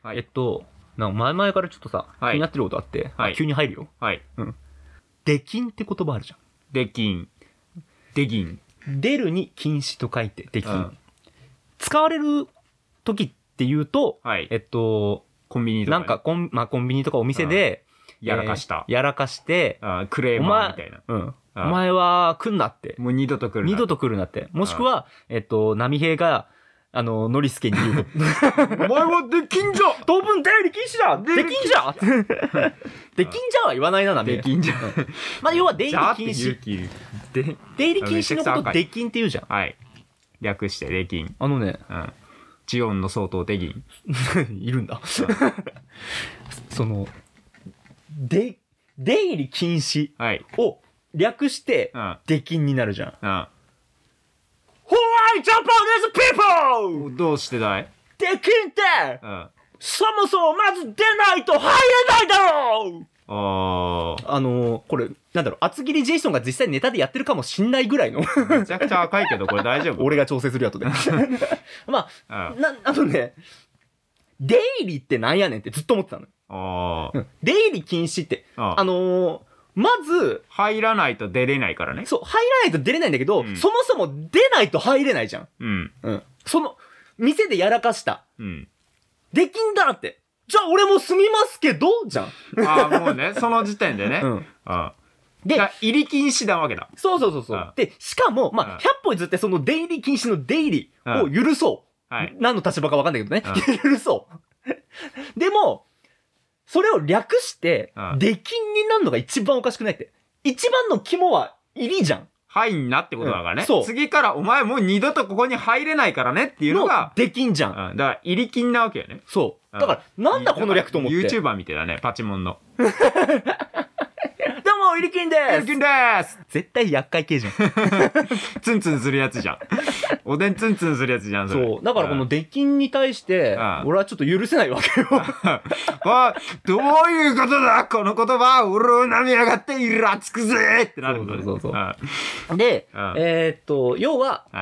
はいえっと、なんか前々からちょっとさ、は気いになってることあって、はいあ急に入るよ。はい。出禁って言葉あるじゃできん。できん。ん。出るに禁止と書いて出禁。うん使われる時っていうと、はいえっと、コンビニとなかねんかコン,、まあ、コンビニとかお店で、やらかしたえ。ーやらかして、あクレーマーみたいな。うん。おあ前は来んなって。もう二度と来るな。二 度と来るなって。もしくは、えっと、波平が、あの、ノリスケに言う こと。お前はできんじゃ当分出入り禁止だできんじゃできんじゃは言わないな、波 で平。きんじゃ。 まあ、要は出じゃあっ入てり禁止。勇気。で出入り禁止のこと、めちゃくちゃ赤い出禁って言うじゃん。はい。略してできん。あのね、うん。ジオンの相当できん。 いるんだ。その、で、出入り禁止はい。を略してう、ん。出禁になるじゃん。うん。ホワイトパネーズピーポーどうしてだい出禁ってうん。そもそもまず出ないと入れないだろうああのー、これ、なんだろう、厚切りジェイソンが実際ネタでやってるかもしんないぐら いの。ー。めちゃくちゃ赤いけど、これ大 丈夫俺が調整する やとで。まあ、うん。な、あのね、出入りってなんやねんってずっと思ってたの。あうーん出入り禁止って。ああ。のー、まず、入らないと出れないからね。そう、入らないと出れないんだけど、うんそもそも出ないと入れないじゃん。うん。うん。その、店でやらかした。うん。できんだって。じゃあ俺も住みますけどじゃん。ああ、もうね、その時点でね。ううんん。で、でだ、入り禁止なわけだ。。そうそうそうそううんで、しかも、まうあ、ん100歩譲ってその出入り禁止の出入りを許そはうい。。何の立場かわかんないけどね。許そう。でも、それを略してう、ん出禁になるのが一番おかしくないって。一番の肝は入りじゃん。入んなってことだからね。うんそう次からお前もう二度とここに入れないからねっていうののが、出禁じゃうんん。、だから入り禁なわけよね。そう。うんだから、なんだこの略と思って。で YouTuber みたいだね、パチモンの。も、入り禁で入りす禁でーす絶対厄介 系じゃん。ツンツンするやつじゃん。おでんツンツンするやつじゃん、れそう。だからこの、ん 出禁に対してう、ん俺はちょっと許せないわけよ。おい、どういうことだこの言葉、俺を舐めやがってイラつくぜってなるんだねそうそうそうそうん はでうん、えーっと、要は、い。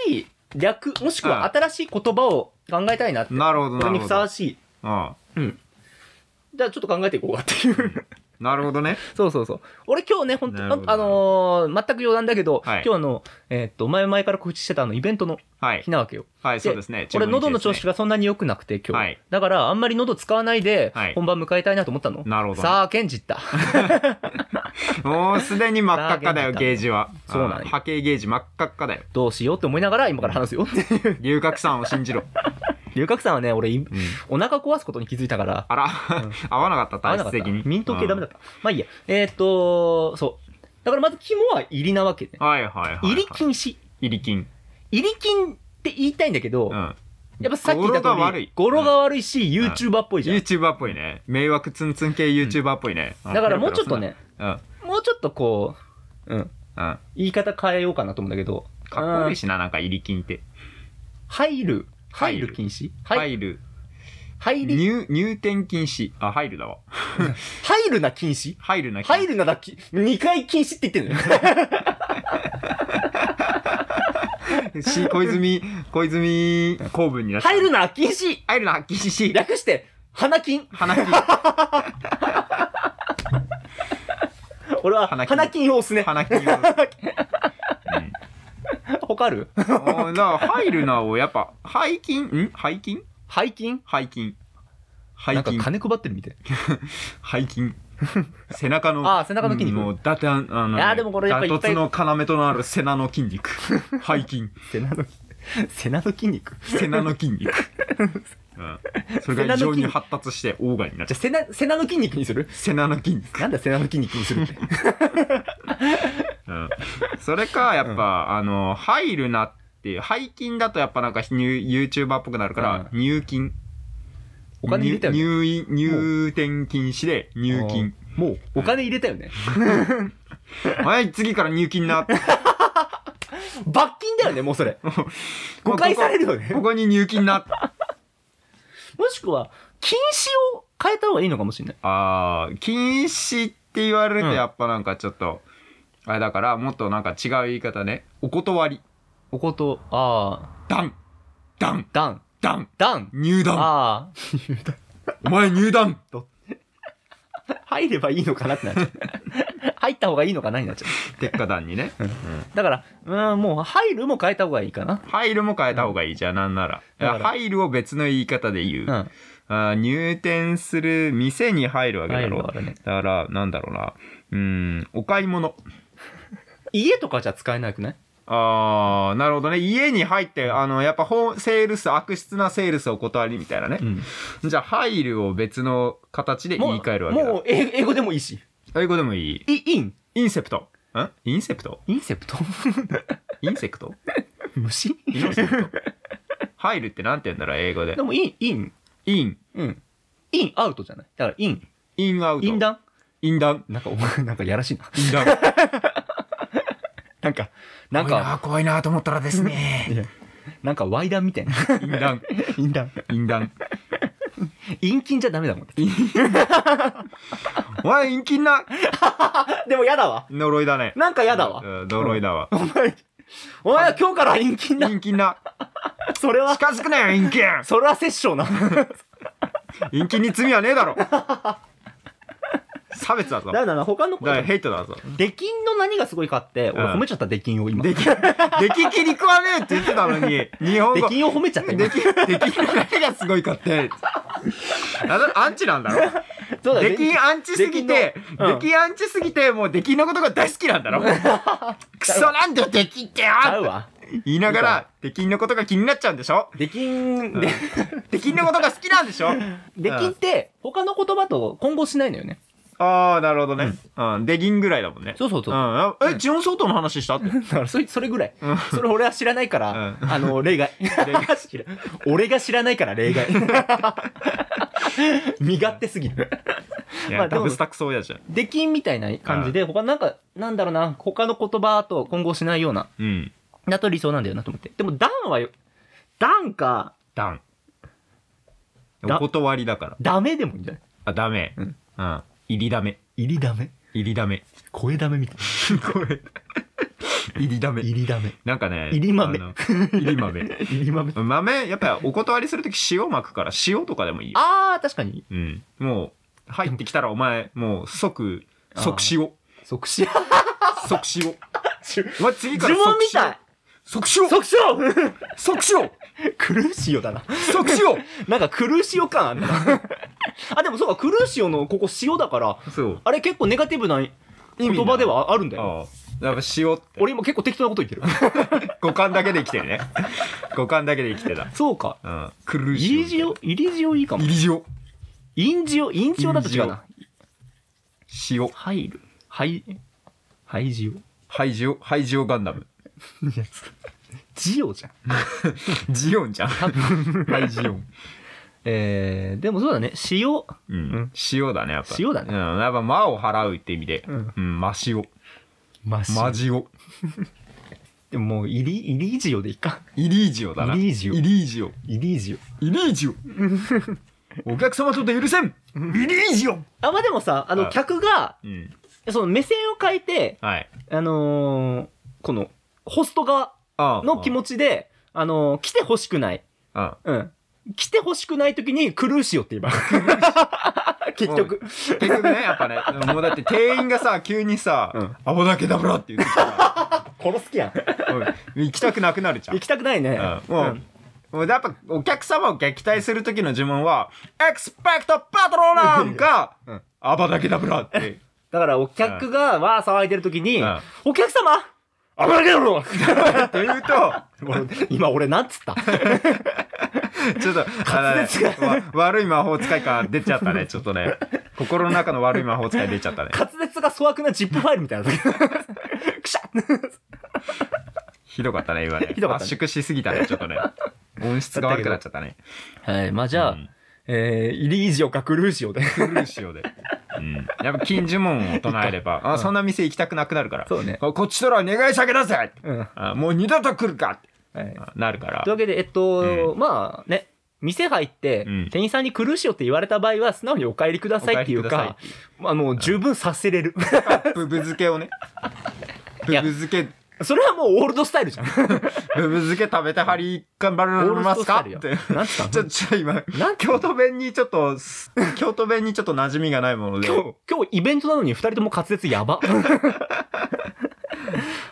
新しい略、もしくはうん新しい言葉を考えたいなって。なるほこど、なれるにほふど。さわしい。うん。じゃあちょっと考えていこうかっていう。なるほどね。 そうそうそう。俺今日ね、本当なるほどあのー全く余談だけど、はい今日あの、えーっと、前々から告知してたあの、イベントのはい日。なわけよ。はい、そうですね。俺喉の12日調です子ねがそんなに良くなくて、今日。はいだから、あんまり喉使わないではい、本番迎えたいなと思ったの。なるほどねさあ、ケンジった。もうすでに真っ赤っかだよ、ゲージは。そうなんよあー波形ゲージ真っ赤っか だよ。どうしようって思いながら、今から話すよ。龍角散を信じろ。龍角さんはね、俺、いうんお腹壊すことに気づいたから、あら、合わなかった、合わ体なか質った的に。ミント系ダメだっった。まあいいや。えーっと、そう。だからまず肝は入りなわけね。た。はいはいはい。入り禁止。入り金。入り禁って言いたいんだけど、うん。やっぱさっき言った語呂が通悪りい、語呂が悪いし、YouTuber っぽいじゃん。 YouTuber っぽいね。迷惑ツンツン系 YouTuber っぽいね。うんだからもうちょっと。ね、うん。うん。もうちょっとこう、うん、か言い方変えようかなと思うんだけど、っこいいうんしな、なんか入り金って。入る、入入るる禁止はい。入る。入り、入、入店禁止。あ、入るだわ。入るな禁止入るな、入る。るなだき、2回禁止って言ってんのよ。し、小泉、小泉公文になっちゃう入るな禁止入るな、禁止。略して、花金花金、俺は花金花金を押すね。花金を。うん他あるあーだから入るなをやっぱ背筋ん背筋背筋背筋背なんか筋金配ってるみたい。背筋背中のあー背中の筋肉うんもうだてあのねいやーでもこれやっぱいっぱい断トツの要となる背中の筋肉背筋背中の、 背中の筋肉じ背中の筋肉、うん、それが異常に発達してオーガンになっちゃあゃう背中、背中の筋肉にする背中の筋肉、なんだ背中の筋肉にするって。うん、それかやっぱ、あの入るなっていう背筋だとやっぱなんかニュー YouTuber っぽくなるから、入金お金入れたよね。入入入店禁止で入金あー。もう、お金入れたよね。はい、次から入金な。罰金だよね、もうそれ。誤解されるよねここここに入金な。もしくは、禁止を変えた方がいいのかもしれない。あー、禁止って言われるとうんやっぱなんかちょっと、あれだから、もっとなんか違う言い方ね。お断り。おこと、あダン。ダン。ー、ダン。団段入団あお前入団あ。入ればいいのかなってなっちゃう。入った方がいいのかなになっちゃう。鉄火団にね。だから、うん、もう入るも変えた方がいいかな。入るも変えた方がいいじゃん、なんなら。いだかやら入るを別の言い方で言う。うん。あー入店する店に入るわけだ入るろ。わけねだから、なんだろうな。うーん、お買い物。家とかじゃ使えなくないあー、なるほどね。家に入って、あの、やっぱ本、セールス、悪質なセールスお断りみたいなね。ん。じゃあ、入るを別の形でもう言い換えるわけだ。もう英英語でもいいし。英語でもいい。イイン。インセプト。んインセプトインセプト インセクト虫イノ セクト入るってなんて言うんだろう、英語でで。もイン、イン。イン、うん。イン、アウトじゃない。だからイン。インアウト。インダンインダン。なんかお前、なんかやらしいな。インダン。なんか、なんか、、怖いなと思ったらです いね。やなんかワイダンみ たいな。インダン。インダン。インダン。陰菌じゃダメだもん。お前、陰気なでもやだわ。呪いだね。なんかやだわ。うん呪いだわ。お前、お前は今日から陰菌だ。陰気な。それは、近づくなよ、陰気それは殺 生な。陰気に罪はねえだろ。差別だぞ。だだかから他のことら、ヘイトだぞ。出禁の何がすごいかって、俺うん褒めちゃった出禁を今。で出き、でききり食わねえって言ってたのに、日本語。禁を褒めちゃった今でき、できの何がすごいかって。あのアンチなんだろ そうだ出禁アンチすぎて出禁、のう出ん禁アンチすぎて、もう出禁のことが大好きなん だろくそなんだよ、出禁ってよちゃうわ。言いながいいら、出禁のことが気になっちゃうんでし ょ出禁、で出禁のことが好きなんでしょ 出禁って、他の言葉と混合しないのよね。 ああ、なるほどね。うん、出禁ぐらいだもんね。そうそううそう。ん。え、ジオンソートの話したって。だからそれ、それぐらいうん。それ俺は知らないから、うあの、例外。 俺が知らないから例外。 身勝手すぎる。いまや、あでもダブスタックそうやじゃん。出禁みたいな感じで、他なんか、なんだろうな、他の言葉と混合しないような、うん。だと理想なんだよなと思って。でも、ダンはよ、ダンか、ダン。だお断りだから。ダメでもいいんじゃないあ、ダメ。ううんん。入りダメ。入りダメ入りダメ。声ダメみたいな。これ。 入りダメ。りダメ。なんかね。入り豆あの。入り 豆。入り豆。豆、やっぱりお断りするとき塩まくから塩とかでもいいよ。あー、確かに。うん。もう、入ってきたらお前、もう即、あー即塩。即死。即塩。呪お前次から文み即たい塩。即塩即死 即塩クルーシオだな。即塩なんかクルーシオ感あるな。 あ、でもそうか、クルーシオのここ塩だから、そう。あれ結構ネガティブな言葉ではあるんだよ。ああ。やっぱ塩って。俺今結構適当なこと言ってる。五感だけで生きてるね。 五感だけで生きてた。 そうか。うん。苦イしい。リジオ、イリジオいいかもイ。リジオ。インジオ、インジオだと違うな。塩。入る。はい。はいジオ。廃ジオ。廃ジオガンダム。 ジオじゃん。ジオン じゃん。廃ジオン。えー、でもそうだね。塩。うん。塩だね、やっぱ。塩だねうん。やっぱ、魔を払うって意味で。うんうん。魔塩。マ魔塩。でももう、イリ、イリジオでいいか。イリージオだな。イリージオイリージオ。イリジオ。イリー ジオ。お客様とて許せんイリージオあ、まあ、でもさ、あはの、い客が、うん。その目線を変えて、はい。あのーこの、ホスト側ああの気持ちで、あのー来てほしくない。あうん。来てほしくない時に、クルーシオって言えば。結局。あ 結局ね、やっ ぱね、もうだって店員がさ、急にさうん、アボだけだブラって言ってきたら 殺す気やん。うん行きたくなくなるじゃん行。きたくないね。うんもう、もうやっぱお客様を撃退する時の呪文は、エクスペクトパトローナムか、うんアバだけだブラって。だからお客がわー騒いでる時に、うんお客様危なげろというと、 今俺なんつったちょっと、あのね滑舌がわ悪い魔法使い感出ちゃったね、ちょっとね。心の中の悪い魔法使い出ちゃったね。滑舌が粗悪なジップファイルみたいな。 くしゃひどかったね、今ね。ひどかったね圧縮しすぎたね、ちょっとね。音質が悪くなっちゃったね。はい、まあじゃあ、うんえー、イリージオかクルージオで。クルーシオで。うん。やっぱ禁呪文を唱えれば、あ、そんな店行きたくなくなるから。そうねここっちとら願い下げだぜうん。はい。あもう二度と来るかってあなるからという。わけで、えっと、まあね、店入って、うん店員さんにクルーシオって言われた場合は、素直にお帰りくださいっていうお帰りくだか、まあもう十分させれる。 ブブ漬けをね。ブブ漬けそれはもうオールドスタイルじゃん。ブブ漬け食べてハリ頑張オーれルドまスすタかイルよって。なんつったちょ、のちょ、今、なん今京都弁にちょっと、す京都弁にちょっと馴染みがないもので。日、今日イベントなのに二人とも滑舌や ば。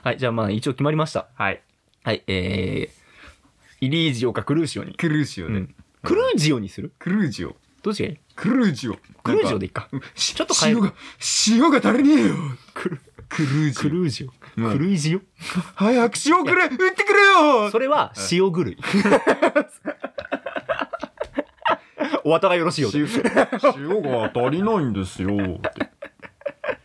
はい、じゃあまあ一応決まりました。はい。はい、えー、イリージオかクルーシオに。クルージオうでん。クルージオにするクルージオ。どっちがいいクルージオ。クルージオでで。いいか。ちょっと変える塩が、塩が足りねえよ。クルクルークジオ。ルージオ。うんクルージオ早く塩くれ売ってくれよそれは塩狂 い。お後がよろしいようで。塩塩が足りないんですよって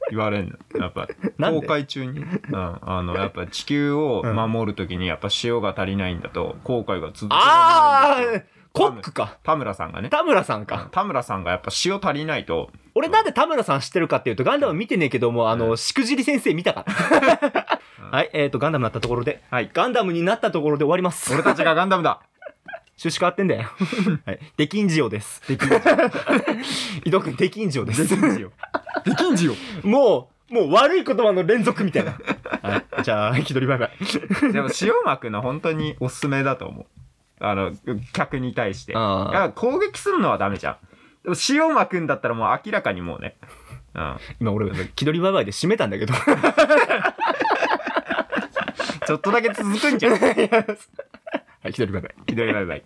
言われんのやっぱなんで航海中に、うん、あのやっぱ地球を守るときにやっぱ塩が足りないんだと航海が続けらあれないんですよーコックか。田村さんがね田村さんか。田村さんがやっぱ塩足りないと俺なんで田村さん知ってるかっていうと、ガンダム見てねえけども、あの、しくじり先生見たから。はい、えっ、と、ガンダムになったところで、はいガンダムになったところで終わります。俺たちがガンダムだ趣旨変わってん だよ。はい。デキンジオです。できんじ伊藤君、デキンジ オでよすで。きんじよできんじよもう、もう悪い言葉の連続みたいな。はい。じゃあ、気取りバイバイ。 でも塩まくの本当におすすめだと思うあの客に対してあーいや攻撃するのはダメじゃんでも塩まくんだったらもう明らかにもうねうん今俺、気取りバイバイで締めたんだけ ど。ちょっとだけ続くんじゃん。 はい、気取りバイバイ。ひどいバイバイ。